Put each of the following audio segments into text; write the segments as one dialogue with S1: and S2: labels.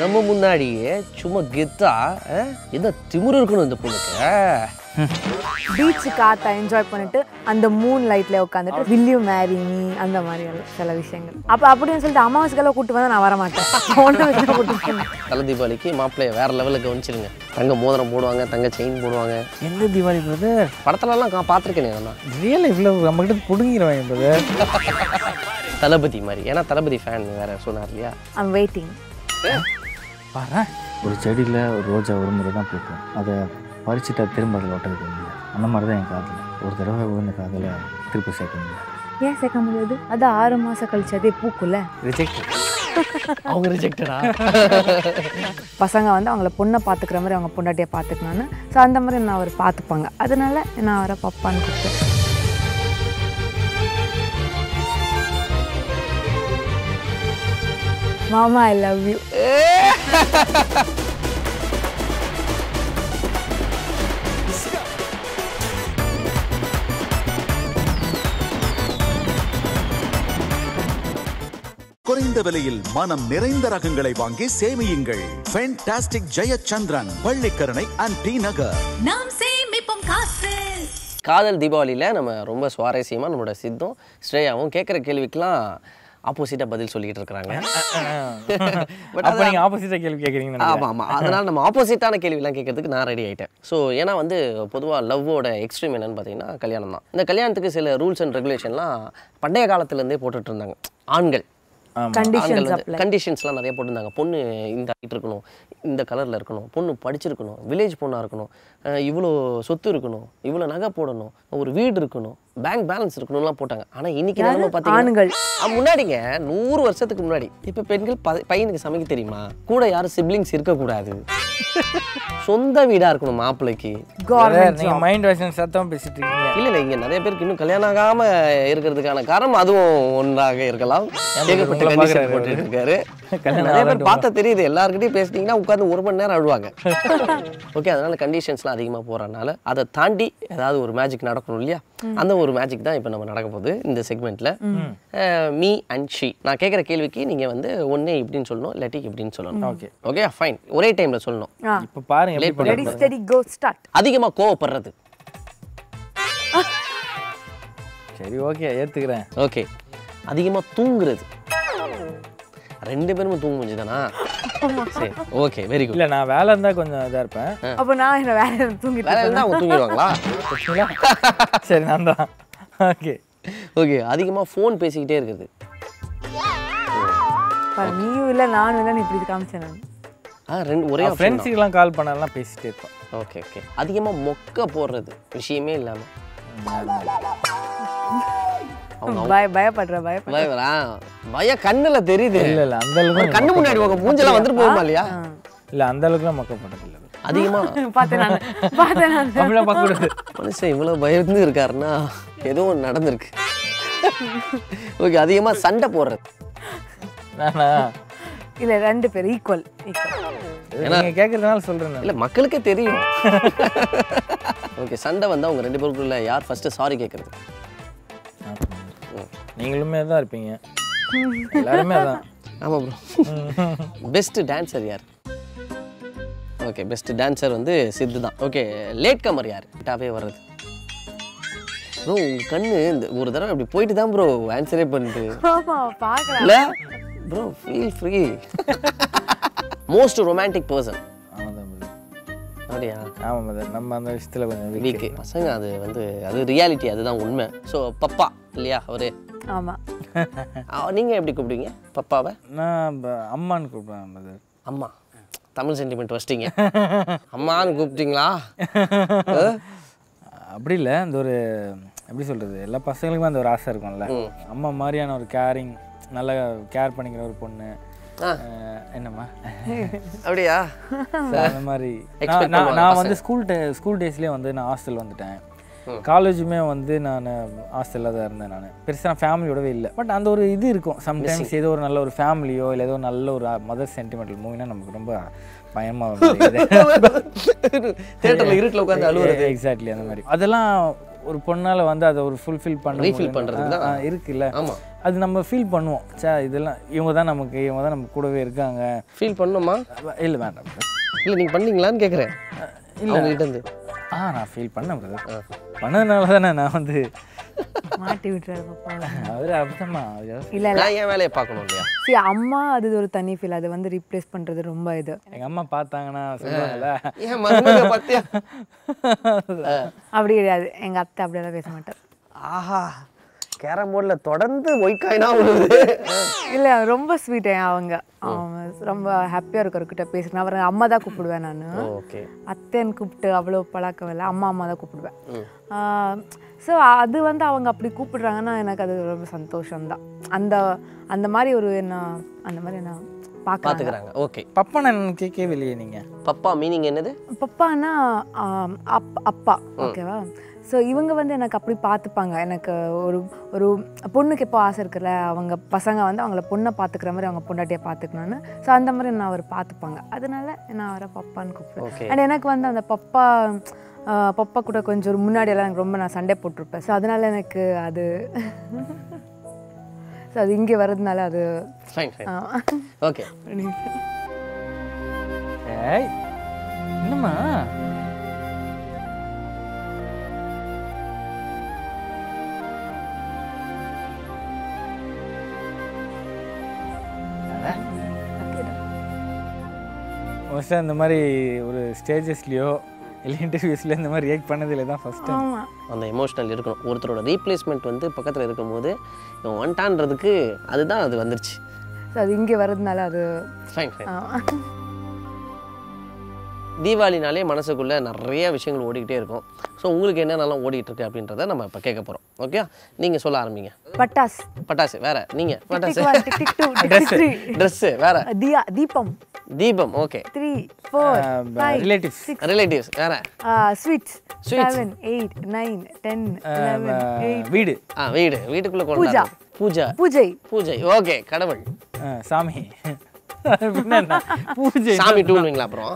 S1: நம்ம முன்னாடியே சும்மா கெத்தா ஆ, என்ன திமிரு இருக்கணும் இந்த பொண்ணுக்கு ஆ.
S2: பீச் காத்தா என்ஜாய் பண்ணிட்டு அந்த மூன் லைட்ல உட்காந்துட்டு வில்லியூ மேரி மீ அந்த மாதிரி எல்லாம் சில விஷயங்கள் அப்ப அப்படின்னு சொல்லிட்டு அமாவாசைக்கெல்லாம் கூட்டு வந்தா நான் வரமாட்டேன் ஒன்று கூட்டு போனேன்
S1: தலை தீபாவளிக்கு மாப்பிள்ளைய வேற லெவலில் கவனிச்சிருங்க தங்க மோதிரம் போடுவாங்க தங்க செயின் போடுவாங்க
S3: எந்த தீபாவளி பிரதர்
S1: படத்துலலாம் நான் பார்த்துருக்கேன் நான்
S3: ரியல் லைஃப்ல நம்மகிட்ட பிடுங்கிடுவாங்க பிரதர்
S1: தளபதி மாதிரி ஏன்னா தளபதி ஃபேன் வேற சொன்னார் இல்லையா
S2: ஐம் வெயிட்டிங்
S3: பாரு
S4: ஒரு செடியில் ஒரு ரோஜா ஒரு முறை தான் பூக்கும் அதை பறிச்சுட்டா திரும்ப அதில் ஒட்டுறது இல்லை அந்த மாதிரி தான் என் காதல் ஒரு தடவை விழுந்த காதலை திருப்பி சேர்க்க முடியாது
S2: ஏன் சேர்க்க முடியாது அது ஆறு மாசம் கழிச்சு அதே பூக்குல்ல
S3: ரிஜெக்ட் அவங்க ரிஜெக்டடா
S2: பசங்க வந்து அவங்கள பொண்ணை பார்த்துக்கிற மாதிரி அவங்க பொண்டாட்டியை பார்த்துக்கணும்னு ஸோ அந்த மாதிரி நான் அவர் பார்த்துப்பாங்க அதனால நான் அவரை பப்பான்னு கூப்பிட்டேன் மாமா ஐ லவ் யூ
S5: குறைந்த விலையில் மனம் நிறைந்த ரகங்களை வாங்கி சேமியுங்கள் fantastic Jayachandran Pallikaranai and T Nagar
S6: நாம் சேமிப்போம் காசு
S1: காதல் தீபாவளியில் நம்ம ரொம்ப சுவாரஸ்யமாக நம்மளோட சித்தும் ஸ்ரேயாவும் கேட்குற கேள்விக்கெலாம் ஆப்போசிட்டாக பதில் சொல்லிக்கிட்டு இருக்கிறாங்க But
S3: அப்போ
S1: அது-
S3: நீங்கள் ஆப்போசிட்டாக கேள்வி கேட்குறீங்க
S1: ஆமாம் ஆமாம் அதனால் நம்ம ஆப்போசிட்டான கேள்விலாம் கேட்கறதுக்கு நான் ரெடி ஆகிட்டேன் ஸோ ஏன்னா வந்து பொதுவாக லவ்வோட எக்ஸ்ட்ரீம் என்னன்னு பார்த்தீங்கன்னா கல்யாணம் தான் இந்த கல்யாணத்துக்கு சில ரூல்ஸ் அண்ட் ரெகுலேஷன்லாம் பண்டைய காலத்துலேருந்தே போட்டுட்டு இருந்தாங்க ஆண்கள்
S2: கண்டிஷன்ஸ்
S1: ஆண்கள் வந்து கண்டிஷன்ஸ்லாம் நிறைய போட்டிருந்தாங்க பொண்ணு இந்த ஹைட் இருக்கணும் இந்த கலரில் இருக்கணும் பொண்ணு படிச்சிருக்கணும் வில்லேஜ் பொண்ணாக இருக்கணும் அஹ் இவ்வளோ சொத்து இருக்கணும் இவ்வளோ நகை போடணும் ஒரு வீடு இருக்கணும் பேங்க் பேலன்ஸ் இருக்கணும்லாம் போட்டாங்க ஆனால் இன்னைக்கு நம்ம பார்த்தீங்கன்னா
S2: ஆண்கள்.
S1: அஹ் முன்னாடிங்க நூறு வருஷத்துக்கு முன்னாடி இப்போ பெண்கள் ப- பையனுக்கு சமைக்க தெரியுமா கூட யாரும் சிப்ளிங்ஸ் இருக்கக்கூடாது சொந்த வீடாக இருக்கணும் மாப்பிள்ளைக்கு
S2: கவர்மெண்ட்
S3: நீங்கள் மைண்ட் வாஷன் சத்தம் பேசிட்டு இருக்கீங்க
S1: இல்லை இல்லை இங்கே நிறைய பேருக்கு இன்னும் கல்யாணம் ஆகாம இருக்கிறதுக்கான காரணம் அதுவும் ஒன்றாக இருக்கலாம் ஏகப்பட்ட
S3: உங்களை
S1: கண்டிஷன்
S3: பார்க்கறாரு
S1: போட்டுட்டு இருக்காரு
S3: கல்யாணம்
S1: நிறைய பேர் பார்த்தா தெரியுது எல்லாருக்கிட்டையும் பேசுனீங்கன்னா உட்காந்து ஒரு மணி நேரம் அழுவாங்க ஓகே அதனால கண்டிஷன்ஸ்லாம் அதிகமாக போகிறனால அதை தாண்டி ஏதாவது ஒரு மேஜிக் நடக்கணும் இல்லையா அந்த ஒரு மேஜிக் தான் இப்போ நம்ம நடக்க போகுது இந்த செக்மெண்ட்டில் மீ அண்ட் ஷி நான் கேட்குற கேள்விக்கு நீங்கள் வந்து ஒன்று இப்படின்னு சொல்லணும் இல்லாட்டி இப்படின்னு சொல்லணும் ஓகே ஓகே ஃபைன் ஒரே டைமில் சொல்லணும்
S2: ஆ
S3: இப்போ பாருங்க எப்படி
S2: ரெடி
S3: பண்ணுறாங்க
S2: ஸ்டடி கோ ஸ்டார்ட்
S1: அதிகமாக கோவப்படுறது
S3: சரி ஓகே ஏற்றுக்கிறேன்
S1: ஓகே அதிகமாக தூங்குறது ரெண்டு பேருமே தூங்க முடிஞ்சுதானா சரி ஓகே வெரி குட்
S3: இல்லை நான் வேலை இருந்தால் கொஞ்சம் இதாக இருப்பேன்
S2: அப்போ நான் என்ன வேற எதுவும் தூங்கிட்டு
S1: வேலை இருந்தால் அவங்க தூங்கிடுவாங்களா
S3: சரிங்களா? சரி நான் தான் ஓகே
S1: ஓகே அதிகமாக ஃபோன் பேசிக்கிட்டே இருக்குது
S2: பாரு, நீயும் இல்லை நானும் இல்லை நீ இப்படி காமிச்சேன் நான்
S1: ஆ ரெண்டு ஒரே
S3: ஃப்ரெண்ட்ஸுக்கெல்லாம் கால் பண்ணலாம் பேசிட்டே இருப்பேன்
S1: ஓகே ஓகே அதிகமாக மொக்க போடுறது விஷயமே இல்லாமல்
S2: பய பயப்படுற பயப்படுற
S1: பயவரா பய கண்ணில் தெரியுது
S3: இல்லை இல்லை அந்த
S1: ஒரு
S3: அளவுக்கு
S1: கண்ணு முன்னாடி உங்க மூஞ்செல்லாம் வந்துட்டு போகுமா இல்லையா
S3: இல்லை அந்த அளவுக்குலாம் மொக்க பண்ணதில்லை
S1: அதிகமாக
S2: பார்த்தேன் நான் பார்த்தேன் நான்
S3: அப்படிலாம் பார்க்கக்கூடாது
S1: மனுஷன் இவ்வளோ பயந்து இருக்காருன்னா ஏதோ ஒன்று நடந்திருக்கு ஓகே அதிகமாக சண்டை போடுறது
S3: நானா
S2: இல்லை ரெண்டு பேர் ஈக்குவல் ஈக்குவல்
S3: நீங்கள் கேட்குறதுனால சொல்கிறேன் நான்
S1: இல்ல மக்களுக்கே தெரியும் ஓகே சண்டை வந்தா உங்க ரெண்டு பேருக்குள்ள யார் ஃபர்ஸ்ட் சாரி கேக்குறது
S3: நீங்களுமே தான் இருப்பீங்க எல்லாருமே தான்
S1: ஆமா ப்ரோ பெஸ்ட் டான்சர் யார் ஓகே பெஸ்ட் டான்சர் வந்து சித்து தான் ஓகே லேட் கமர் யார் டாப்பே வர்றது ப்ரோ உங்க கண்ணு இந்த ஒரு தடவை அப்படி போயிட்டு தான் ப்ரோ ஆன்சரே பண்ணுது
S2: ஆமா பார்க்கலாம்
S1: இல்ல bro feel free most romantic person
S3: ஆமாம் தான்
S1: அப்படியா
S3: ஆமாம் மதர் நம்ம அந்த விஷயத்தில் கொஞ்சம் weak.
S1: வீக்கு பசங்க அது வந்து அது ரியாலிட்டி அதுதான் உண்மை ஸோ பப்பா இல்லையா அவரு
S2: ஆமா
S1: ஆ, நீங்க எப்படி கூப்பிடுவீங்க பப்பாவை
S3: நான் ப- அம்மான்னு கூப்பிடுவேன் மதர்
S1: அம்மா தமிழ் சென்டிமெண்ட் வச்சிட்டீங்க அம்மான்னு கூப்பிட்டீங்களா
S3: அப்படி இல்லை அந்த ஒரு எப்படி சொல்கிறது எல்லா பசங்களுக்குமே அந்த ஒரு ஆசை இருக்கும்ல அம்மா மாதிரியான ஒரு கேரிங் நல்லா கேர் பண்ணிக்கிற ஒரு பொண்ணு
S1: ஆ.
S3: அஹ், என்னம்மா
S1: அப்படியா
S3: அந்த மாதிரி
S1: Expect
S3: நான் நான்-
S1: பண்ணுவாங்க
S3: நான் வந்து ஸ்கூல் ஸ்கூல் டேஸ்லேயே வந்து நான் ஹாஸ்டல் வந்துட்டேன் காலேஜுமே வந்து நான் ஹாஸ்டலில் தான் இருந்தேன் நான் பெருசாக நான் ஃபேமிலியோடவே இல்லை பட் அந்த ஒரு இது இருக்கும் சம்டைம்ஸ் ஏதோ ஒரு நல்ல ஒரு ஃபேமிலியோ இல்லை ஏதோ நல்ல ஒரு uh, மதர் சென்டிமெண்டல் மூவினா நமக்கு ரொம்ப பயமாக
S1: தேட்டர்ல இருட்டில் உட்காந்து அழுவுறது
S3: எக்ஸாக்ட்லி அந்த மாதிரி அதெல்லாம் ஒரு பொண்ணால் வந்து அதை ஒரு ஃபுல்ஃபில் பண்ண
S1: Refill
S3: முடியும்னா-
S1: பண்றதுக்கு தான்.
S3: ஆ, ஆ, இருக்குல்ல
S1: ஆமா.
S3: அது நம்ம ஃபீல் பண்ணுவோம் சே இதெல்லாம் இவங்க தான் நமக்கு இவங்க தான் நம்ம கூடவே இருக்காங்க
S1: ஃபீல் பண்ணோமா
S3: இல்லை வேண்டாம்
S1: இல்லை நீங்கள் பண்ணீங்களான்னு கேட்குறேன்
S3: இல்ல.
S1: அவங்ககிட்ட இருந்து
S3: ஆ நான் ஃபீல் பண்ணேன் பிரதர் பண்ணதுனால தானே நான் வந்து
S2: மாட்டி விட்டுறாரு பாப்பா
S3: அவர் அப்படிதாம்மா அவர்
S2: இல்ல இல்ல
S1: நான் என் வேலையை பார்க்கணும் இல்லையா
S2: சி அம்மா அது ஒரு தனி ஃபீல் அது வந்து ரீப்ளேஸ் பண்றது ரொம்ப இது
S3: எங்கள் அம்மா பார்த்தாங்கன்னா சொல்லுவாங்கல்ல
S1: ஏன் மருமக பார்த்தியா
S2: அப்படி கிடையாது எங்க அத்தை அப்படியெல்லாம் பேச மாட்டார்
S1: ஆஹா கேரம் போர்டில் தொடர்ந்து ஒய்க்காயினா விழுது
S2: இல்ல ரொம்ப ஸ்வீட் அவங்க அவங்க ரொம்ப ஹாப்பியா இருக்கிறக்கிட்ட பேசுறேன் அவர் அம்மா தான் கூப்பிடுவேன் நான்
S1: ஓகே
S2: அத்தைன்னு கூப்பிட்டு அவ்வளோ பழக்கம் இல்லை அம்மா அம்மா தான் கூப்பிடுவேன் ஸோ அது வந்து அவங்க அப்படி கூப்பிடுறாங்கன்னா எனக்கு அது ரொம்ப சந்தோஷம்தான் அந்த அந்த மாதிரி ஒரு என்ன அந்த மாதிரி என்ன பார்க்க
S1: பார்த்துக்கிறாங்க ஓகே
S3: பப்பா நான் கேட்கவே இல்லையே நீங்கள்
S1: பப்பா மீனிங் என்னது
S2: பப்பானா ஆம், அப் அப்பா ஓகேவா ஸோ இவங்க வந்து எனக்கு அப்படி பார்த்துப்பாங்க எனக்கு ஒரு ஒரு பொண்ணுக்கு எப்போ ஆசை இருக்குல்ல அவங்க பசங்க வந்து அவங்கள பொண்ணை பார்த்துக்கிற மாதிரி அவங்க பொண்டாட்டியை பார்த்துக்கணும்னு ஸோ அந்த மாதிரி நான் அவர் பார்த்துப்பாங்க அதனால நான் அவரை பப்பான்னு
S1: Okay.
S2: கூப்பிடுவேன் அண்ட் எனக்கு வந்து அந்த பப்பா ஆ, பப்பா கூட கொஞ்சம் ஒரு முன்னாடி எல்லாம் எனக்கு ரொம்ப நான் சண்டை போட்டிருப்பேன் ஸோ அதனால எனக்கு அது ஸோ அது இங்கே வர்றதுனால அது
S1: ஃபைன் ஃபைன்
S2: ஆ.
S1: ஓகே
S3: ஏய் என்னம்மா மோஸ்ட்டாக இந்த மாதிரி ஒரு ஸ்டேஜஸ்லேயோ இல்லை இன்டர்வியூஸ்ல இந்த மாதிரி ரியாக்ட் பண்ணதில்லை தான் ஃபர்ஸ்ட் டைம்
S2: ஆமாம்
S1: அந்த எமோஷனல் இருக்கணும் ஒருத்தரோட ரீப்ளேஸ்மெண்ட் வந்து பக்கத்தில் இருக்கும்போது இவன் வந்துட்டான்றதுக்கு அதுதான் அது வந்துருச்சு
S2: ஸோ அது இங்கே வர்றதுனால அது
S1: ஃபைன் ஃபைன்
S2: ஆ.
S1: தீபாவளினாலே மனசுக்குள்ளே நிறைய விஷயங்கள் ஓடிக்கிட்டே இருக்கும் ஸோ உங்களுக்கு என்னென்னலாம் ஓடிக்கிட்டு இருக்கு அப்படின்றத நம்ம இப்போ கேட்க போகிறோம் ஓகே நீங்கள் சொல்ல ஆரம்பிங்க
S2: பட்டாஸ்
S1: பட்டாசு வேற நீங்கள் பட்டாசு
S2: tick one, tick tick two, tick tick three.
S1: Dress வேற
S2: தியா தீபம்
S1: தீபம் okay
S2: three four five
S3: relatives
S1: relatives வேற
S2: sweets seven eight nine ten eleven eight
S3: வீடு
S1: ஆ வீடு வீட்டுக்குள்ளே கொண்டு பூஜா
S2: பூஜை
S1: பூஜை ஓகே கடவுள்
S3: ஆ, சாமி பின்ன என்ன? பூஜை
S1: சாமி டூனுங்களா அப்புறம்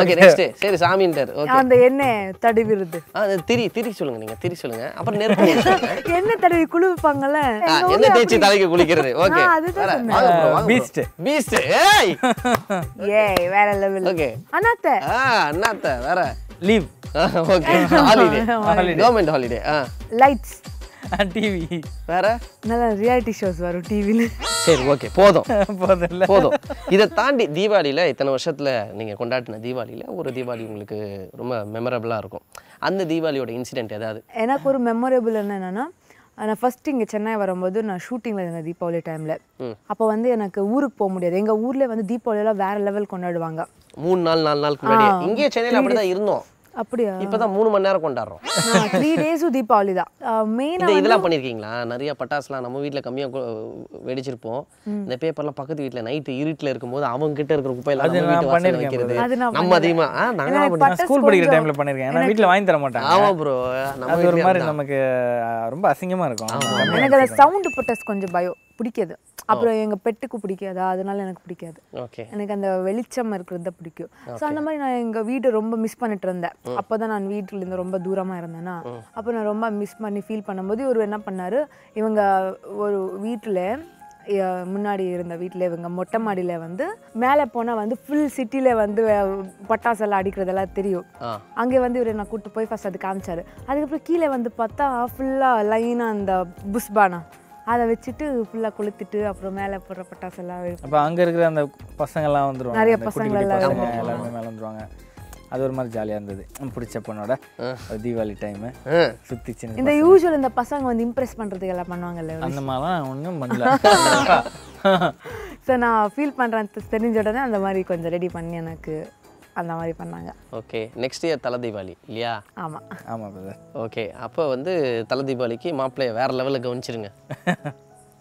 S1: ஓகே நெக்ஸ்ட் சரி சாமின்றார் ஓகே
S2: அந்த எண்ணெய் தடவிருது
S1: அது திரி திரி சொல்லுங்க நீங்க திரி சொல்லுங்க அப்புறம் நெருப்பு சொல்லுங்க.
S2: எண்ணெய் தடவி குளிப்பாங்கல்ல
S1: ஆ, என்ன
S2: எங்க ஊர்ல
S1: தேய்ச்சி
S2: அப்படி-
S1: தலைக்கு குளிக்கிறது ஓகே
S2: நான் அதுதான் சொன்னேன்.
S3: பீஸ்ட்
S1: பீஸ்ட் ஏய்
S2: ஏய் வேற லெவல்
S1: ஓகே
S2: அனாத்த
S1: ஆ அண்ணாத்த வேற
S3: leave
S1: okay holiday
S3: Holiday.
S1: Government holiday ஆ
S2: லைட்ஸ்
S3: டிவி
S1: வேற
S2: நல்லா ரியாலிட்டி ஷோஸ் வரும் டிவில
S1: சரி ஓகே போதும்
S3: போதில்ல
S1: போதும் இதை தாண்டி தீபாவளியில் இத்தனை வருஷத்தில் நீங்கள் கொண்டாடின தீபாவளியில் ஒரு தீபாவளி உங்களுக்கு ரொம்ப மெமரபிளாக இருக்கும் அந்த தீபாவளியோட இன்சிடென்ட் ஏதாவது
S2: எனக்கு ஒரு மெமரபிள் என்னன்னா நான் ஃபஸ்ட் இங்கே சென்னை வரும்போது நான் ஷூட்டிங்கில் இருந்தேன் தீபாவளி டைமில் அப்போ வந்து எனக்கு ஊருக்கு போக முடியாது எங்கள் ஊரில் வந்து தீபாவளியெல்லாம் வேறு லெவல் கொண்டாடுவாங்க
S1: மூணு நாள் நாலு நாளுக்கு முன்னாடியே
S2: ஆ.
S1: இங்கேயே சென்னையில் அப்படி தான் இருந்தோம்
S2: அப்படியா
S1: இப்போ தான் மூணு மணி நேரம் கொண்டாடுறோம்
S2: த்ரீ டேஸும் தீபாவளி தான்
S1: இந்த
S2: மெயினாக
S1: இதெல்லாம் பண்ணியிருக்கீங்களா நிறைய பட்டாசுலாம் நம்ம வீட்டில் கம்மியாக வெடிச்சிருப்போம் இந்த பேப்பர்லாம் பக்கத்து வீட்டில் நைட்டு இருட்டில் இருக்கும்போது அவங்க கிட்ட இருக்கிற குப்பையெல்லாம்
S3: அது
S1: நம்ம வீட்டு
S3: நான்
S1: வாசல்ல
S3: பண்ணிருக்கேன்
S1: வைக்கிறது
S2: அது நான்
S1: நம்ம அதிகமாக ஆ நாங்களாம்
S2: எனக்கு
S1: பண்ணிருக்கோம்.
S2: பட்டாசு
S3: ஸ்கூல் படிக்கிற
S2: கொஞ்சம்
S3: டைம்ல பண்ணிருக்கேன் ஏன்னா வீட்ல வாங்கி தர மாட்டாங்க
S1: ஆமா ப்ரோ நம்ம
S3: அது ஒரு மாதிரி
S1: வீட்டில்
S3: நமக்கு அஹ், ரொம்ப அசிங்கமா இருக்கும் ஆமா.
S2: எனக்கு அந்த சவுண்டு பட்டாஸ் கொஞ்சம் பயம் பிடிக்காது அப்புறம் எங்கள் பெட்டுக்கு பிடிக்காது அதனால எனக்கு பிடிக்காது
S1: ஓகே
S2: எனக்கு அந்த வெளிச்சம் இருக்கிறது தான் பிடிக்கும் ஸோ அந்த மாதிரி நான் எங்கள் வீடு ரொம்ப மிஸ் பண்ணிட்டு இருந்தேன் அப்போ தான் நான் வீட்டிலேருந்து ரொம்ப தூரமாக இருந்தேன்னா அப்போ நான் ரொம்ப மிஸ் பண்ணி ஃபீல் பண்ணும்போது இவர் என்ன பண்ணார் இவங்க ஒரு வீட்டில் முன்னாடி இருந்த வீட்டில் இவங்க மொட்டை மாடியில் வந்து மேலே போனால் வந்து ஃபுல் சிட்டியில் வந்து அஹ், பட்டாசெல்லாம் அடிக்கிறதெல்லாம் தெரியும்
S1: ஆ.
S2: அங்கே வந்து இவர் நான் கூட்டு போய் ஃபர்ஸ்ட் அது காமிச்சாரு அதுக்கப்புறம் கீழே வந்து பார்த்தா ஃபுல்லாக லைனாக அந்த புஷ்பானா அதை வச்சுட்டு ஃபுல்லாக கொளுத்திட்டு அப்புறம் மேலே போடுற பட்டாசெல்லாம் வெடிப்பாங்க.
S3: அப்ப அங்க இருக்கிற அந்த பசங்க எல்லாம் வந்துருவாங்க
S2: நிறைய
S3: அந்த குட்டி
S2: பசங்க
S3: குட்டி
S2: எல்லாம்
S3: பசங்க எல்லாருமே மேல வந்துருவாங்க அது ஒரு மாதிரி ஜாலியா இருந்தது ம், பிடிச்ச பொண்ணோட ஒரு தீபாவளி டைம் சுத்தி சின்ன
S2: இந்த யூஸ்வல் இந்த பசங்க வந்து இம்ப்ரெஸ் பண்றதுக்கு எல்லாம் பண்ணுவாங்கல்ல
S3: அந்த மாதிரிலாம் ஒண்ணும் பண்ணல
S2: ஸோ நான் ஃபீல் பண்றேன் தெ- தெரிஞ்ச உடனே அந்த மாதிரி கொஞ்சம் ரெடி பண்ணி எனக்கு அந்த மாதிரி பண்ணாங்க
S1: ஓகே நெக்ஸ்ட் இயர் தலை தீபாவளி இல்லையா
S2: ஆமா
S3: ஆமா பிரதர்
S1: ஓகே அப்போ வந்து தலை தீபாவளிக்கு மாப்பிள்ளைய வேற லெவலில் கவனிச்சிருங்க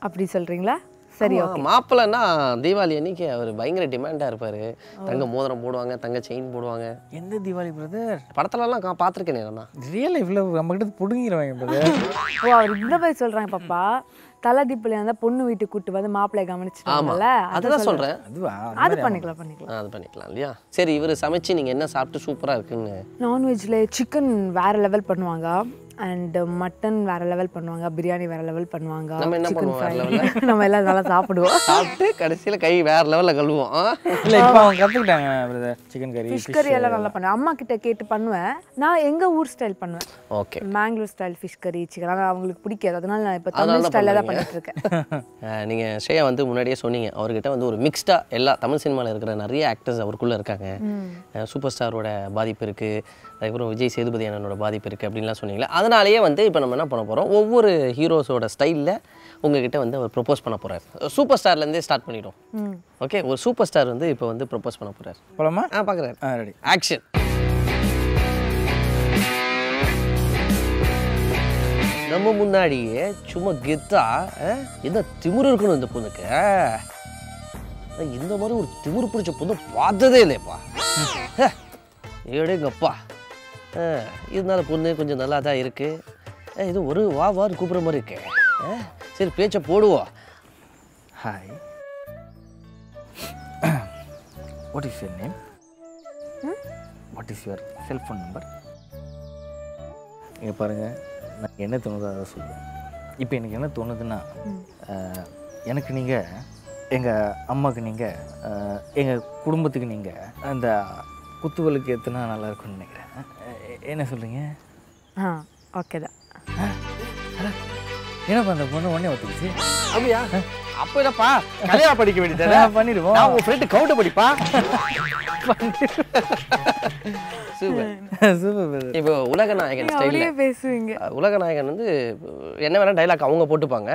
S2: அப்படி சொல்றீங்களா சரி
S1: ஆமா, மாப்பிள்ளைன்னா தீபாவளி அன்னைக்கு அவர் பயங்கர டிமாண்டா இருப்பாரு தங்க மோதிரம் போடுவாங்க தங்க செயின் போடுவாங்க
S7: எந்த தீபாவளி பிரதர்
S1: படத்துலலாம் கா- பார்த்திருக்கேனே நான்
S7: ரியல் லைஃப்ல நம்மகிட்ட புடுங்கிடுவாங்க பிரதர்
S2: ஓ அவர் இந்த மாதிரி சொல்றாங்க பாப்பா தலை தீபாவளியா இருந்தா பொண்ணு வீட்டுக்கு கூட்டு வந்து மாப்பிள்ளை
S1: ஆமா
S2: கவனிச்சுட்டாங்கல்ல
S1: அதுதான் சொல்றேன்
S7: அதுவா
S2: அது பண்ணிக்கலாம் பண்ணிக்கலாம்
S1: ஆ, அது பண்ணிக்கலாம் இல்லையா சரி இவர் சமைச்சு நீங்க என்ன சாப்பிட்டு சூப்பரா இருக்குன்னு
S2: நான்வெஜ்ல சிக்கன் வேற லெவல் பண்ணுவாங்க அண்ட் மட்டன் வேற லெவல் பண்ணுவாங்க பிரியாணி வேற லெவல் பண்ணுவாங்க
S1: நம்ம என்ன
S2: சிக்கன்
S1: பண்ணுவோம் வேற
S2: ஃப்ரை நம்ம எல்லாம் நல்லா சாப்பிடுவோம்
S1: சாப்பிட்டு கடைசியில கை வேற லெவல்ல கழுவோம் ஆ?
S7: இல்ல இப்போ அவங்க கத்துக்கிட்டாங்க பிரதர் சிக்கன் கறி
S2: ஃபிஷ் கறி எல்லாம் நல்லா பண்ணுவேன் அம்மா கிட்ட கேட்டு பண்ணுவேன் நான் எங்க ஊர் ஸ்டைல் பண்ணுவேன்
S1: ஓகே
S2: மேங்களூர் ஸ்டைல் ஃபிஷ் கறி சிக்கன் ஆனால் அவங்களுக்கு பிடிக்காது அதனால நான் இப்போ
S1: அதனால
S2: தமிழ்
S1: தான்
S2: ஸ்டைலில் தான்
S1: பண்றீங்க.
S2: பண்ணிட்டு இருக்கேன்
S1: அஹ் நீங்க ஸ்ரேயா வந்து முன்னாடியே சொன்னீங்க அவர்கிட்ட வந்து ஒரு மிக்ஸ்டா எல்லா தமிழ் சினிமால இருக்கிற நிறைய ஆக்டர்ஸ் அவருக்குள்ள இருக்காங்க அஹ் சூப்பர் ஸ்டாரோட பாதிப்பு இருக்கு அதுக்கப்புறம் விஜய் சேதுபதி அண்ணனோட பாதிப்பு இருக்கு அப்படின்லாம் சொன்னீங்களே அதனாலேயே வந்து இப்போ நம்ம என்ன பண்ண போறோம் ஒவ்வொரு ஹீரோஸோட ஸ்டைலில் உங்ககிட்ட வந்து அவர் ப்ரொப்போஸ் பண்ண போறாரு சூப்பர் ஸ்டார்லேருந்தே ஸ்டார்ட் பண்ணிடும் ஓகே ஒரு சூப்பர் ஸ்டார் வந்து இப்போ வந்து ப்ரொப்போஸ் பண்ண போறாரு
S7: போலாமா
S1: ஆ பார்க்குறாரு
S7: ஆ ரெடி
S1: ஆக்ஷன் நம்ம முன்னாடியே சும்மா கெத்தா அஹ், என்ன திமிரு இருக்கணும் இந்த பொண்ணுக்கு அஹ். நான் இந்த மாதிரி ஒரு திமிரு பிடிச்ச பொண்ணு பார்த்ததே இல்லையப்பா ஏடேங்கப்பா அஹ், இருந்தாலும் பொண்ணு கொஞ்சம் நல்லா தான் இருக்கு அஹ், இது ஒரு வா வான்னு கூப்பிட்ற மாதிரி இருக்கு அஹ், சரி பேச்சை போடுவோம்
S7: hi what is your name
S3: what is your cellphone number இங்கே பாருங்கள் நான் என்ன தோணுதோ அதை சொல்லுவேன் இப்போ எனக்கு என்ன தோணுதுன்னா அஹ், எனக்கு நீங்கள் எங்கள் அம்மாவுக்கு நீங்கள் எங்கள் குடும்பத்துக்கு நீங்கள் அந்த குத்துவலுக்கு ஏற்றுனா நல்லா இருக்கும்னு நினைக்கிறேன் அஹ், என்ன சொல்கிறீங்க
S2: ஆ ஓகே தான்
S7: என்னப்பா அந்த பொண்ணு உடனே ஒத்துக்குச்சு
S1: அப்படியா அப்போ என்னப்பா கல்யாணம் படிக்க வேண்டியது
S7: நான் பண்ணிடுவோம்
S1: நான் உன் ஃப்ரெண்டு கவுண்ட படிப்பா சூப்பர்
S7: சூப்பர் பிரதர்
S1: இப்போ உலக நாயகன் ஸ்டைலில்
S2: அப்படியே பேசுவீங்க
S1: உலக நாயகன் வந்து என்ன வேணால் டைலாக் அவங்க போட்டுப்பாங்க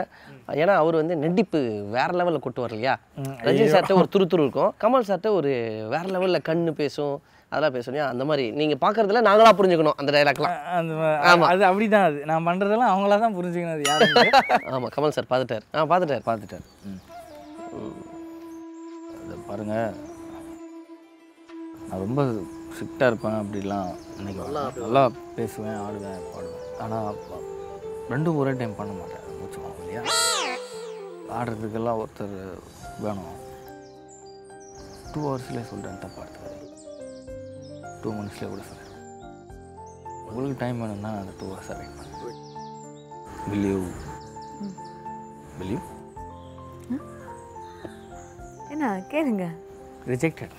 S1: ஏன்னா அவர் வந்து நடிப்பு வேற லெவலில் கொண்டு வரலையா ரஜினி சார்ட்ட ஒரு துருத்துரு இருக்கும் கமல் சார்ட்ட ஒரு வேற லெவலில் கண்ணு பேசும் அதெல்லாம் பேசும் இல்லையா? அந்த மாதிரி நீங்கள் பார்க்குறதுல நாங்களாக புரிஞ்சுக்கணும் அந்த டைலாக்லாம்
S7: அந்த ம- அது அப்படிதான் அது நான் பண்றதெல்லாம் அவங்களா தான் புரிஞ்சுக்கணும் அது யாரும்
S1: ஆமாம் கமல் சார் பார்த்துட்டார் ஆ பார்த்துட்டார்
S3: பார்த்துட்டேன் ம் அது பாருங்கள் நான் ரொம்ப ஸ்ட்ரிக்டாக இருப்பேன் அப்படிலாம் நினைக்கிறேன் நல்லா பேசுவேன் ஆடுவேன் பாடுவேன் ஆனால் ரெண்டும் ஒரே டைம் பண்ண மாட்டேன் வச்சுக்கோங்க இல்லையா ஆடுறதுக்கெல்லாம் ஒருத்தர் வேணும் டூ ஹவர்ஸ்லேயே சொல்கிறேன் தப்பாக எடுத்துக்காரு டூ மினிட்ஸ்லேயே கூட சொல்கிறேன் உங்களுக்கு டைம் வேணும்னா அந்த டூ ஹவர்ஸாக வெயிட் பண்ணுவேன் பிலீவ் பிலீவ்
S2: என்ன கேளுங்க
S7: ரிஜெக்டட்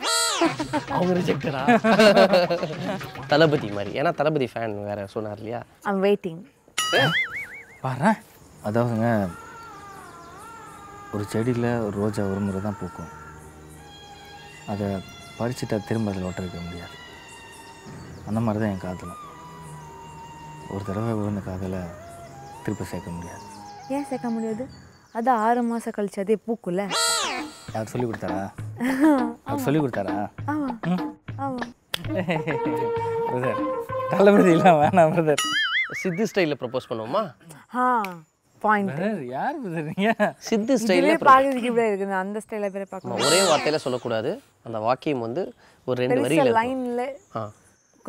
S1: அவங்க ரிஜெக்டரா தளபதி மாதிரி ஏன்னா தளபதி ஃபேன் வேற சொன்னார் இல்லையா
S2: ஐம் வெயிட்டிங்
S7: பாரு
S3: அதாவதுங்க ஒரு செடியில் ஒரு ரோஜா ஒரு முறை தான் பூக்கும் அதை பறிச்சுட்டா திரும்ப அதில் ஒட்ட வைக்க முடியாது அந்த மாதிரி தான் என் காதலும் ஒரு தடவை விழுந்த காதலை திருப்பி சேர்க்க முடியாது
S2: ஏன் சேர்க்க முடியாது அது ஆறு மாதம் கழிச்சு அதே பூக்குல்ல
S3: யார் சொல்லி கொடுத்தாரா அவர் சொல்லி கொடுத்தாரா
S2: ஆமாம் ஆமாம்
S7: பிரதர் தளபதி இல்லாம வேணாம் பிரதர்
S1: சித்து ஸ்டைலில் ப்ரப்போஸ் பண்ணுவோமா
S2: ஆ பாயிண்ட்
S7: பிரதர் யார் பிரதர் நீங்க
S1: சித்து
S2: இதுவே
S1: ஸ்டைலில்
S2: பார்க்கறதுக்கு இப்படியே இருக்கு நான் அந்த ஸ்டைல பேரை பார்க்கணும்
S1: ஆமா, ஒரே வார்த்தையில சொல்லக்கூடாது அந்த வாக்கியம் வந்து ஒரு ரெண்டு வரியில இருக்கும்.
S2: லைன்ல
S1: ஆ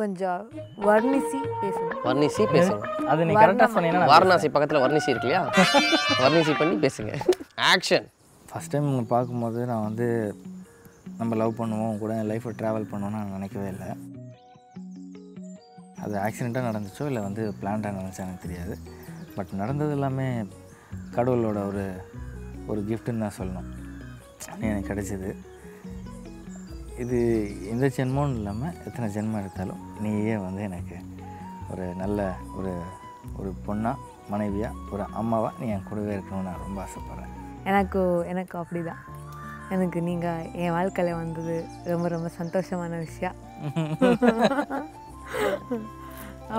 S2: கொஞ்சம் வர்ணிசி பேசணும்
S1: வர்ணிசி பேசுங்க
S7: அது நீ கரெக்டா சொன்னீங்கன்னா
S1: வாரணாசி பக்கத்துல வர்ணிசி இருக்கு இல்லையா வர்ணிசி பண்ணி பேசுங்க ஆக்ஷன்
S3: ஃபஸ்ட் டைம் உங்களை பார்க்கும்போது நான் வந்து நம்ம லவ் பண்ணுவோம் உன் கூட என் லைஃப்பை ட்ராவல் பண்ணுவோம்னு நான் நினைக்கவே இல்லை அது ஆக்சிடெண்ட்டாக நடந்துச்சோ இல்லை வந்து பிளான்டாக நடந்துச்சா எனக்கு தெரியாது பட் நடந்தது எல்லாமே கடவுளோட ஒரு ஒரு கிஃப்ட்டுன்னு தான் சொல்லணும் அது எனக்கு கிடைச்சது இது இந்த ஜென்மம்னு இல்லாமல் எத்தனை ஜென்மம் எடுத்தாலும் நீயே வந்து எனக்கு ஒரு நல்ல ஒரு ஒரு பொண்ணாக மனைவியாக ஒரு அம்மாவாக நீ என் கூடவே இருக்கணும்னு நான் ரொம்ப ஆசைப்பட்றேன்
S2: எனக்கு எனக்கு அப்படிதான் எனக்கு நீங்க என் வாழ்க்கையில வந்தது ரொம்ப ரொம்ப சந்தோஷமான விஷயம்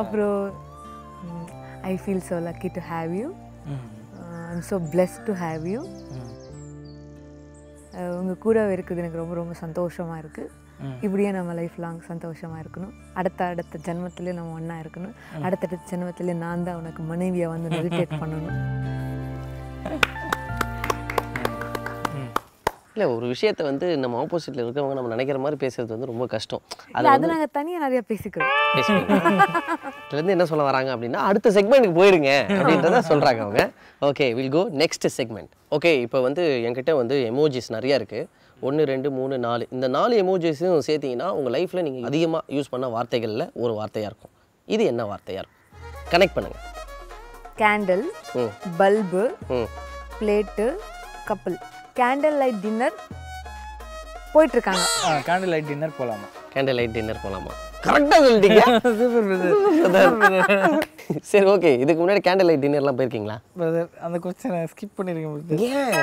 S2: அப்புறம் I feel so lucky to have you I'm so blessed to have you உங்கள் கூட இருக்குது எனக்கு ரொம்ப ரொம்ப சந்தோஷமாக இருக்குது இப்படியே நம்ம லைஃப் லாங் சந்தோஷமாக இருக்கணும் அடுத்த அடுத்த ஜென்மத்திலே நம்ம ஒன்றா இருக்கணும் அடுத்தடுத்த ஜென்மத்திலே நான் தான் உனக்கு மனைவியை வந்து மெடிடேட் பண்ணணும்
S1: இல்லை ஒரு விஷயத்தை வந்து நம்ம ஆப்போசிட்டில் இருக்கவங்க நம்ம நினைக்கிற மாதிரி பேசுறது வந்து ரொம்ப கஷ்டம் அது
S2: இல்ல அது நாங்க தனியா நிறைய பேசிக்கிறோம்
S1: இதுலேருந்து என்ன சொல்ல வராங்க அப்படின்னா அடுத்த செக்மெண்ட்டுக்கு போயிடுங்க அப்படின்றத சொல்கிறாங்க அவங்க okay will go next segment okay இப்போ வந்து என்கிட்ட வந்து எமோஜிஸ் நிறையா இருக்குது ஒன்று ரெண்டு மூணு நாலு இந்த நாலு எமோஜிஸும் சேர்த்தீங்கன்னா உங்கள் லைஃப்பில் நீங்கள் அதிகமாக யூஸ் பண்ண வார்த்தைகளில் ஒரு வார்த்தையாக இருக்கும் இது என்ன வார்த்தையாக இருக்கும் கனெக்ட் பண்ணுங்கள்
S2: கேண்டில்
S1: ம்
S2: பல்பு
S1: ம்
S2: பிளேட்டு கப்பல் கேண்டில் லைட் டின்னர் போயிட்டு இருக்காங்க
S3: கேண்டில் லைட் டின்னர் போகலாமா
S1: கேண்டில் லைட் டின்னர் போகலாமா கரெக்டாக சொல்லிட்டீங்க சரி ஓகே இதுக்கு முன்னாடி கேண்டில் லைட் டின்னர்லாம் போயிருக்கீங்களா
S3: பிரதர் அந்த கொஸ்டினை ஸ்கிப் பண்ணியிருக்கேன் பிரதர்
S1: ஏன்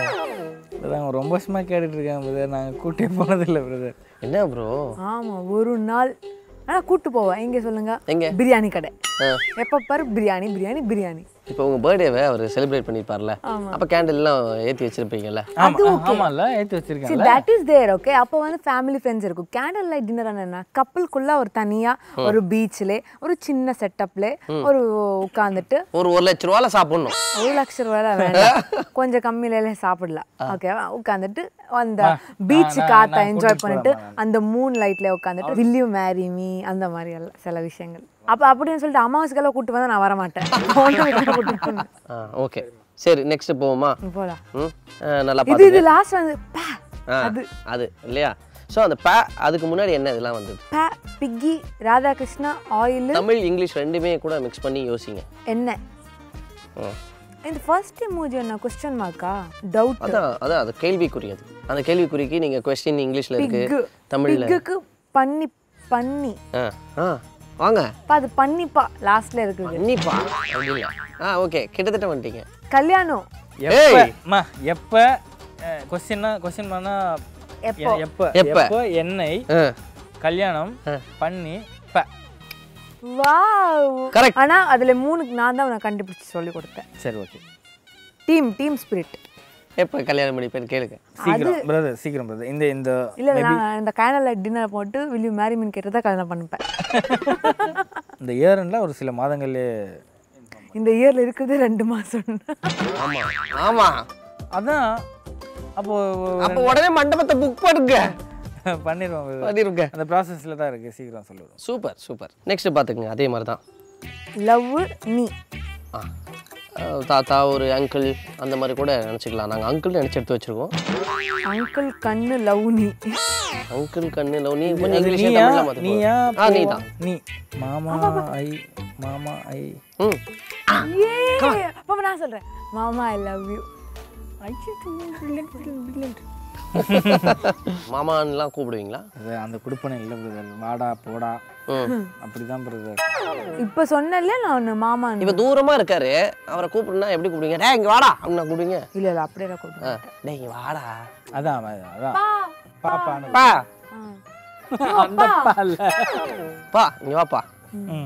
S3: பிரதர் ரொம்ப வருஷமா கேட்டுட்டு இருக்கேன் பிரதர் நாங்கள் கூட்டே போனதில்லை பிரதர்
S1: என்ன ப்ரோ
S2: ஆமா ஒரு நாள் ஆனா கூட்டு போவோம் எங்க சொல்லுங்க
S1: எங்க?
S2: பிரியாணி கடை
S1: ஆ.
S2: எப்ப பாரு பிரியாணி பிரியாணி பிரியாணி
S1: இப்போ உங்கள் பர்த்டேவை அவர் செலிப்ரேட் பண்ணியிருப்பார்ல அப்போ கேண்டில்லாம் ஏற்றி வச்சிருப்பீங்கல்ல
S3: ஆமா ஆமாம்ல ஏற்றி
S2: See,
S3: வச்சிருக்கேன்ல
S2: that is there okay அப்போ வந்து ஃபேமிலி ஃப்ரெண்ட்ஸ் இருக்கும் கேண்டல் லைட் டின்னர் என்னன்னா கப்பலுக்குள்ள ஒரு தனியா ஒரு பீச்ல ஒரு சின்ன செட்டப்ல ஒரு உட்காந்துட்டு
S1: ஒரு ஒரு லட்ச ரூபால சாப்பிடணும்
S2: ஒரு லட்ச ரூபாய் வேண்டாம் கொஞ்சம் கம்மியில சாப்பிடலாம் ஓகேவா உட்காந்துட்டு அந்த பீச் காத்த என்ஜாய் பண்ணிட்டு அந்த மூன் லைட்ல உட்காந்துட்டு வில்லியூ மேரி மீ அந்த மாதிரி எல்லாம் சில விஷயங்கள் அப்ப அப்படின்னு சொல்லிட்டு அமாவாசைக்கெல்லாம் கூட்டு வந்தா நான் வர மாட்டேன் கூட்டிட்டு
S1: ஆ ஓகே சரி நெக்ஸ்ட் போவோமா
S2: போலாம்
S1: ம் ஆ, நல்லா
S2: இது இது
S1: பார்த்து
S2: லாஸ்ட் வந்து பா
S1: ஆ அது இல்லையா ஸோ அந்த பே அதுக்கு முன்னாடி என்ன இதெல்லாம் வந்தது
S2: பா பிக்கி ராதாகிருஷ்ணா ஆயில்
S1: தமிழ் இங்கிலீஷ் ரெண்டுமே கூட மிக்ஸ் பண்ணி யோசிங்க
S2: என்ன
S1: ம்.
S2: இந்த ஃபர்ஸ்ட் இமோஜி என்ன கொஸ்டின் மார்க்கா டவுட்
S1: அதான் அதான் அது கேள்விக்குரியது அந்த கேள்விக்குறிக்கு நீங்கள் கொஸ்டின் இங்கிலீஷில் இருக்கு தமிழில்
S2: பிக்குக்கு பண்ணி பண்ணி
S1: ஆ ஆ வாங்க
S2: பா அது பண்ணிப்பா லாஸ்ட்ல இருக்குது
S1: கண்டிப்பா அப்படிங்களா ஆ ஓகே கிட்டத்தட்ட வந்துட்டீங்க
S2: கல்யாணம்
S1: ஏய்.
S3: எப்பமா எப்போ கொஸ்டின்னா கொஸ்டின் பண்ணால்
S2: எப்போ?
S3: எப்போ
S1: எப்ப?
S3: எப்போ எண்ணெய்
S1: ஆ
S3: கல்யாணம் பண்ணி ப
S2: வாவ்
S1: Correct.
S2: ஆனா அதுல மூணுக்கு நான் தான் நான் கண்டுபிடிச்சு சொல்லி கொடுத்தேன்
S3: சரி ஓகே
S2: டீம் டீம் ஸ்பிரிட்
S1: எப்போ கல்யாணம் பண்ணி பேர் கேளுங்க
S3: சீக்கிரம் பிரதர் சீக்கிரம் பிரதர் இந்த இந்த
S2: இல்ல நான் இந்த கேனல்ல டின்னர் போட்டு will you marry மீன் கேட்டதா கல்யாணம் பண்ணிப்பேன்
S3: இந்த இயர்ல ஒரு சில மாதங்கள்லே
S2: இந்த இயர்ல இருக்குது ரெண்டு மாசம்
S1: ஆமா ஆமா
S3: அதான் அப்போ
S1: அப்போ உடனே மண்டபத்தை புக் பண்ணுங்க
S3: பண்ணிடுவோம் brother.
S1: பண்ணிருங்க
S3: அந்த ப்ராசஸில் தான் இருக்கு சீக்கிரம் சொல்லிடுவோம்
S1: சூப்பர் சூப்பர் நெக்ஸ்ட் பார்த்துக்குங்க அதே மாதிரி தான்
S2: லவ் நீ
S1: ஆ. அஹ் தாத்தா ஒரு அங்கிள் அந்த மாதிரி கூட நினச்சிக்கலாம் நாங்கள் அங்கிள் நினச்சி எடுத்து வச்சிருக்கோம்
S2: அங்கிள் கண்ணு லவ் நீ
S1: அங்கிள் கண்ணு லவ் நீ கொஞ்சம்
S3: அது
S1: இங்கிலீஷே
S3: நீயா?
S1: தமிழில் மாற்றி
S3: நீயா?
S1: ஆ நீ தான்
S3: நீ மாமா ஐ மாமா ஐ
S1: ம்
S2: ஏ அப்ப நான் சொல்றேன் மாமா ஐ லவ் யூ
S1: மாமான்லாம் கூப்பிடுவீங்களா
S3: brother, அந்த கொடுப்பனை இல்லை பிரதர் வாடா போடா அப்படிதான் பிரதர்
S2: இப்ப சொன்னல நான் மாமா
S1: இப்போ தூரமாக இருக்காரு அவரை கூப்பிடுனா எப்படி கூப்பிடுவீங்க டே இங்கே வாடா அப்படின்னா கூப்பிடுவீங்க
S2: இல்ல இல்ல அப்படியே தான் கூப்பிடுவேன்
S1: ஆ டே இங்கே வாடா
S3: அதான் அவன், அதான் பாப்பான்னு
S1: பா
S3: அப்பா இல்ல.
S1: பா இங்கே வாப்பா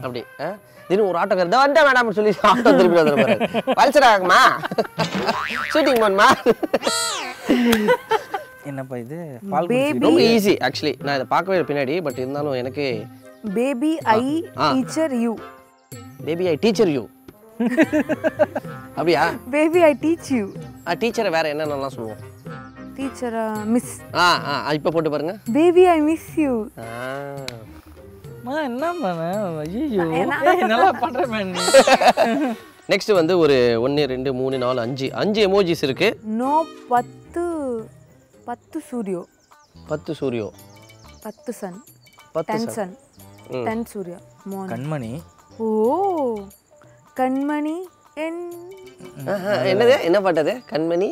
S1: அப்படி ஆ திடீர்னு ஒரு ஆட்டோக்காரர் தான் வந்தேன் மேடம் சொல்லி ஆட்டோ திருப்பி வந்துருப்பாரு பல்சர் ஆகுமா ஷூட்டிங் பண்ணுமா
S3: என்னப்பா இது பால்
S2: பேபி
S1: ரொம்ப ஈஸி ஆக்சுவலி நான் இதை பார்க்கவே இல்லை பின்னாடி பட் இருந்தாலும் எனக்கு
S2: baby I teacher you
S1: baby I teacher you அப்படியா
S2: பேபி ஐ டீச் யூ
S1: டீச்சரை வேற என்னென்னலாம் சொல்லுவோம்
S2: டீச்சர் மிஸ்
S1: ஆ ஆ இப்போ போட்டு பாருங்க
S2: பேபி ஐ மிஸ் யூ
S1: ஆ,
S3: அம்மா, என்ன பண்ண ஐயோ நல்லா பண்றேன்
S1: next வந்து ஒரு ஒன்று ரெண்டு மூணு நாலு அஞ்சு அஞ்சு எமோஜிஸ் இருக்கு
S2: நோ பத்து பத்து சூரியோ
S1: பத்து சூரியோ
S2: பத்து சன்
S1: பத்து
S2: ten
S1: sun.
S2: Sun ten Surya மோன்
S3: கண்மணி
S2: ஓ கண்மணி என்
S1: ஆஹா, என்னது என்ன பாட்டு அது கண்மணி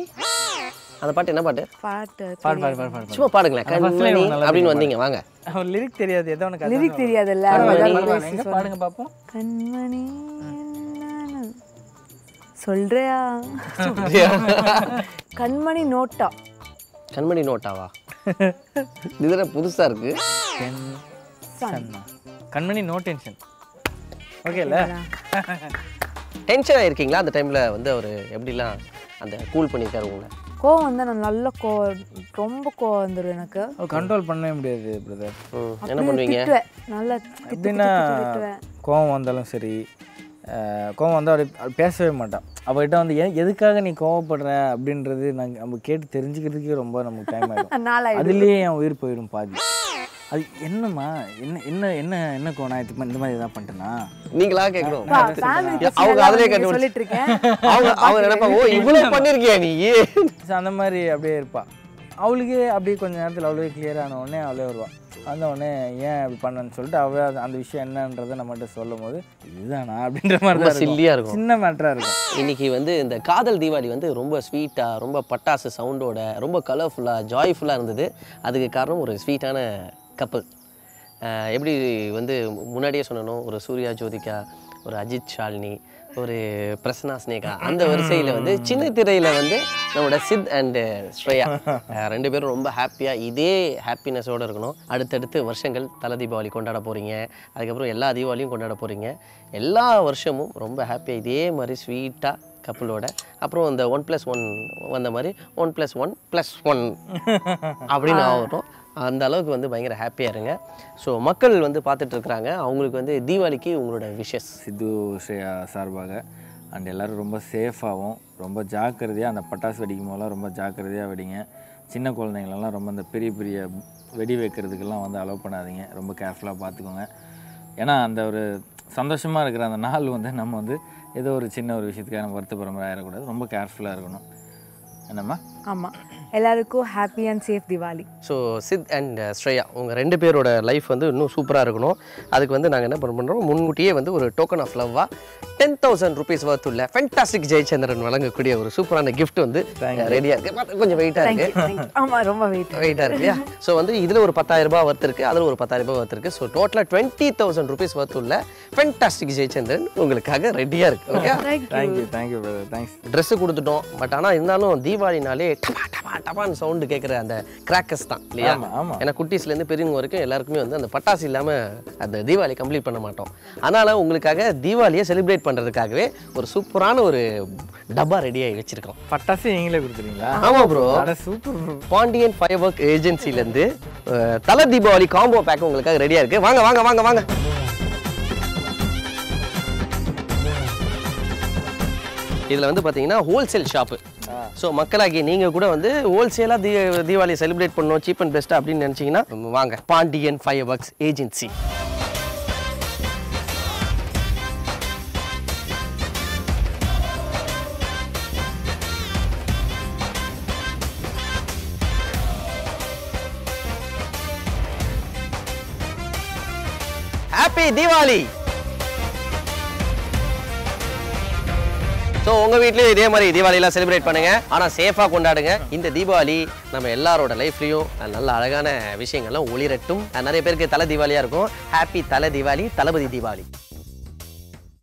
S1: அந்த பாட்டு என்ன பாட்டு
S2: பாட்டு
S3: பாடு பாடு பாடு பாடு
S1: சும்மா பாடுங்களேன் கண்மணி அப்படின்னு வந்தீங்க வாங்க
S3: அவர் லிரிக் தெரியாது ஏதோ உனக்கு
S2: லிரிக் தெரியாதுல்ல
S3: தெரியாது எங்க பாடுங்க பாப்போம்
S2: கண்மணி என்னானு? சொல்றியா கண்மணி நோட்டா
S1: கண்மணி நோட்டாவா இதுதான் புதுசா இருக்கு
S3: Ten சன்னா. கண்மணி நோ டென்ஷன் ஓகேல
S1: டென்ஷன் ஆயிருக்கீங்களா அந்த டைம்ல வந்து அவர் எப்படிலாம் அந்த கூல் பண்ணியிருக்காரு உங்களை
S2: கோவம் வந்தா நான் நல்ல கோவம் ரொம்ப கோவம் வந்துடும் எனக்கு
S3: கண்ட்ரோல் பண்ணவே முடியாது பிரதர்
S1: ம், என்ன
S2: அப்படியே
S1: பண்ணுவீங்க
S2: திட்டுவேன். நல்லா திட்டு திட்டு
S3: எப்படின்னா
S2: திட்டு திட்டுவேன்.
S3: கோவம் வந்தாலும் சரி அஹ் கோவம் வந்து அப்படி அவ பேசவே மாட்டான் அவகிட்ட வந்து ஏன் எதுக்காக நீ கோவப்படுற அப்படின்றது நாங்கள் நம்ம கேட்டு தெரிஞ்சுக்கிறதுக்கே ரொம்ப நமக்கு டைம் ஆகிடும்
S2: நாளாயிடும்
S3: அதுலேயே என் உயிர் போயிடும் பாதி அது என்னம்மா என்ன என்ன என்ன என்ன கோணா இது மாதிரி- இந்த மாதிரி எதாவது பண்ணிட்டேனா
S1: நீங்களா கேட்கணும்
S2: ஃபேமிலி
S1: அவங்க அதிலே கண்டுபிடிச்சு
S2: சொல்லிட்டு இருக்கேன்
S1: அவங்க அவங்க நினைப்பாங்க ஓ இவ்வளவு பண்ணிருக்கியா நீ
S3: So, அந்த மாதிரி அப்படியே இருப்பாள் அவளுக்கே அப்படியே கொஞ்ச நேரத்தில் அவளே clear ஆன உடனே அவளே வருவாள் வந்த உடனே ஏன் அப்படி பண்ணேன்னு சொல்லிட்டு அவ அந்த- அந்த விஷயம் என்னன்றதை நம்மகிட்ட சொல்லும் போது இதுதானா அப்படின்ற மாதிரி
S1: ரொம்ப
S3: தான் இருக்கும்.
S1: சில்லியா இருக்கும்
S3: சின்ன மேட்டராக இருக்கும்
S1: இன்னைக்கு வந்து இந்த காதல் தீபாவளி வந்து ரொம்ப ஸ்வீட்டா ரொம்ப பட்டாசு சவுண்டோட ரொம்ப கலர்ஃபுல்லா ஜாய்ஃபுல்லா இருந்தது அதுக்கு காரணம் ஒரு ஸ்வீட்டான கப்பல் எப்படி வந்து முன்னாடியே சொன்னனோ ஒரு சூர்யா ஜோதிகா ஒரு அஜித் ஷாலினி ஒரு பிரசன்னா ஸ்னேகா அந்த வரிசையில் வந்து சின்ன திரையில் வந்து நம்மளோட சித் அண்டு ஸ்ரேயா அஹ் ரெண்டு பேரும் ரொம்ப ஹாப்பியாக இதே ஹாப்பினஸோட இருக்கணும் அடுத்தடுத்து வருஷங்கள் தலை தீபாவளி கொண்டாட போகிறீங்க அதுக்கப்புறம் எல்லா தீபாவளியும் கொண்டாட போகிறீங்க எல்லா வருஷமும் ரொம்ப ஹாப்பியாக இதே மாதிரி ஸ்வீட்டாக கப்பலோட அப்புறம் இந்த ஒன் ப்ளஸ் ஒன் வந்த மாதிரி one plus one plus one அப்படின்னு ஆகட்டும் அந்த அளவுக்கு வந்து பயங்கர ஹாப்பியாக இருங்க ஸோ மக்கள் வந்து பார்த்துட்டு இருக்கிறாங்க அவங்களுக்கு வந்து தீபாவளிக்கு உங்களோட விஷஸ்
S3: சித்து ஸ்ரேயா சார்பாக அண்ட் எல்லோரும் ரொம்ப சேஃபாகவும் ரொம்ப ஜாக்கிரதையாக அந்த பட்டாசு வெடிக்கும் போதெல்லாம் ரொம்ப ஜாக்கிரதையாக வெடிங்க சின்ன குழந்தைங்களெல்லாம் ரொம்ப அந்த பெரிய பெரிய வெடி வைக்கிறதுக்கெல்லாம் வந்து அலோவ் பண்ணாதீங்க ரொம்ப கேர்ஃபுல்லாக பார்த்துக்கோங்க ஏன்னா அந்த ஒரு சந்தோஷமாக இருக்கிற அந்த நாள் வந்து நம்ம வந்து ஏதோ ஒரு சின்ன ஒரு விஷயத்துக்காக நம்ம வருத்தப்படுற மாதிரி ஆயிடக்கூடாது ரொம்ப கேர்ஃபுல்லாக இருக்கணும் என்னம்மா
S2: ஆமா எல்லாருக்கும் happy and safe Diwali
S1: so Sid and Shreya உங்கள் uh, ரெண்டு பேரோட லைஃப் வந்து இன்னும் சூப்பராக இருக்கணும் அதுக்கு வந்து நாங்கள் என்ன பண்ண பண்ணுறோம் முன்கூட்டியே வந்து ஒரு டோக்கன் ஆஃப் லவ்வாக டென் தௌசண்ட் ருபீஸ் worth உள்ள ஃபென்டாஸ்டிக் ஜெயச்சந்திரன் வழங்கக்கூடிய ஒரு சூப்பரான gift வந்து uh, ரெடியாக இருக்குது கொஞ்சம் வெயிட்டாக இருக்குது
S2: தேங்க்யூ ஆமா ரொம்ப வெயிட்
S1: ரைட்டாக இருக்கு இல்லையா ஸோ வந்து இதில் ஒரு பத்தாயிரம் ரூபாய் ஒர்த் இருக்குது அதில் ஒரு பத்தாயிரம் ரூபாய் ஒர்த் இருக்குது ஸோ டோட்டலாக டுவெண்ட்டி தௌசண்ட் ருபீஸ் ஒர்த் உள்ள ஃபென்டாஸ்டிக் ஜெயச்சந்திரன் உங்களுக்காக ரெடியாக இருக்குது okay
S3: thank you thank you brother thanks
S1: dress கொடுத்துட்டோம் பட் ஆனால் இருந்தாலும் தீபாவளினாலே டபா டபா டபான்னு சவுண்டு கேட்குற அந்த கிராக்கர்ஸ் தான் இல்லையா
S3: ஆமா, ஆமா.
S1: ஏன்னா குட்டீஸ்லேருந்து பெரியவங்க வரைக்கும் எல்லாருக்குமே வந்து அந்த பட்டாசு இல்லாமல் அந்த தீபாவளி கம்ப்ளீட் பண்ண மாட்டோம் அதனால் உங்களுக்காக தீபாவளியை செலிப்ரேட் பண்ணுறதுக்காகவே ஒரு சூப்பரான ஒரு டப்பா ரெடியாகி வச்சுருக்கோம்
S3: பட்டாசு நீங்களே கொடுத்துறீங்களா
S1: ஆமாம் ப்ரோ
S3: அட super bro
S1: Pandian firework ஏஜென்சிலேருந்து தலை தீபாவளி காம்போ பேக் உங்களுக்காக ரெடியாக இருக்குது வாங்க வாங்க வாங்க வாங்க இதில் வந்து பார்த்தீங்கன்னா ஹோல்சேல் ஷாப்பு ஸோ மக்களாகி நீங்கள் கூட வந்து ஹோல்சேலாக தீ தீபாவளி செலிப்ரேட் பண்ணணும் சீப் அண்ட் பெஸ்ட்டாக அப்படின்னு நினச்சிங்கன்னா வாங்க Pandian fireworks agency happy Deepavali so உங்கள் வீட்லேயும் இதே மாதிரி தீபாவளியெல்லாம் செலிப்ரேட் பண்ணுங்க ஆனால் சேஃபாக கொண்டாடுங்க இந்த தீபாவளி நம்ம எல்லாரோட லைஃப்லையும் நல்ல அழகான விஷயங்கள்லாம் ஒளிரட்டும் நிறைய பேருக்கு தலை தீபாவளியாக இருக்கும் ஹாப்பி தலை தீபாவளி தளபதி தீபாவளி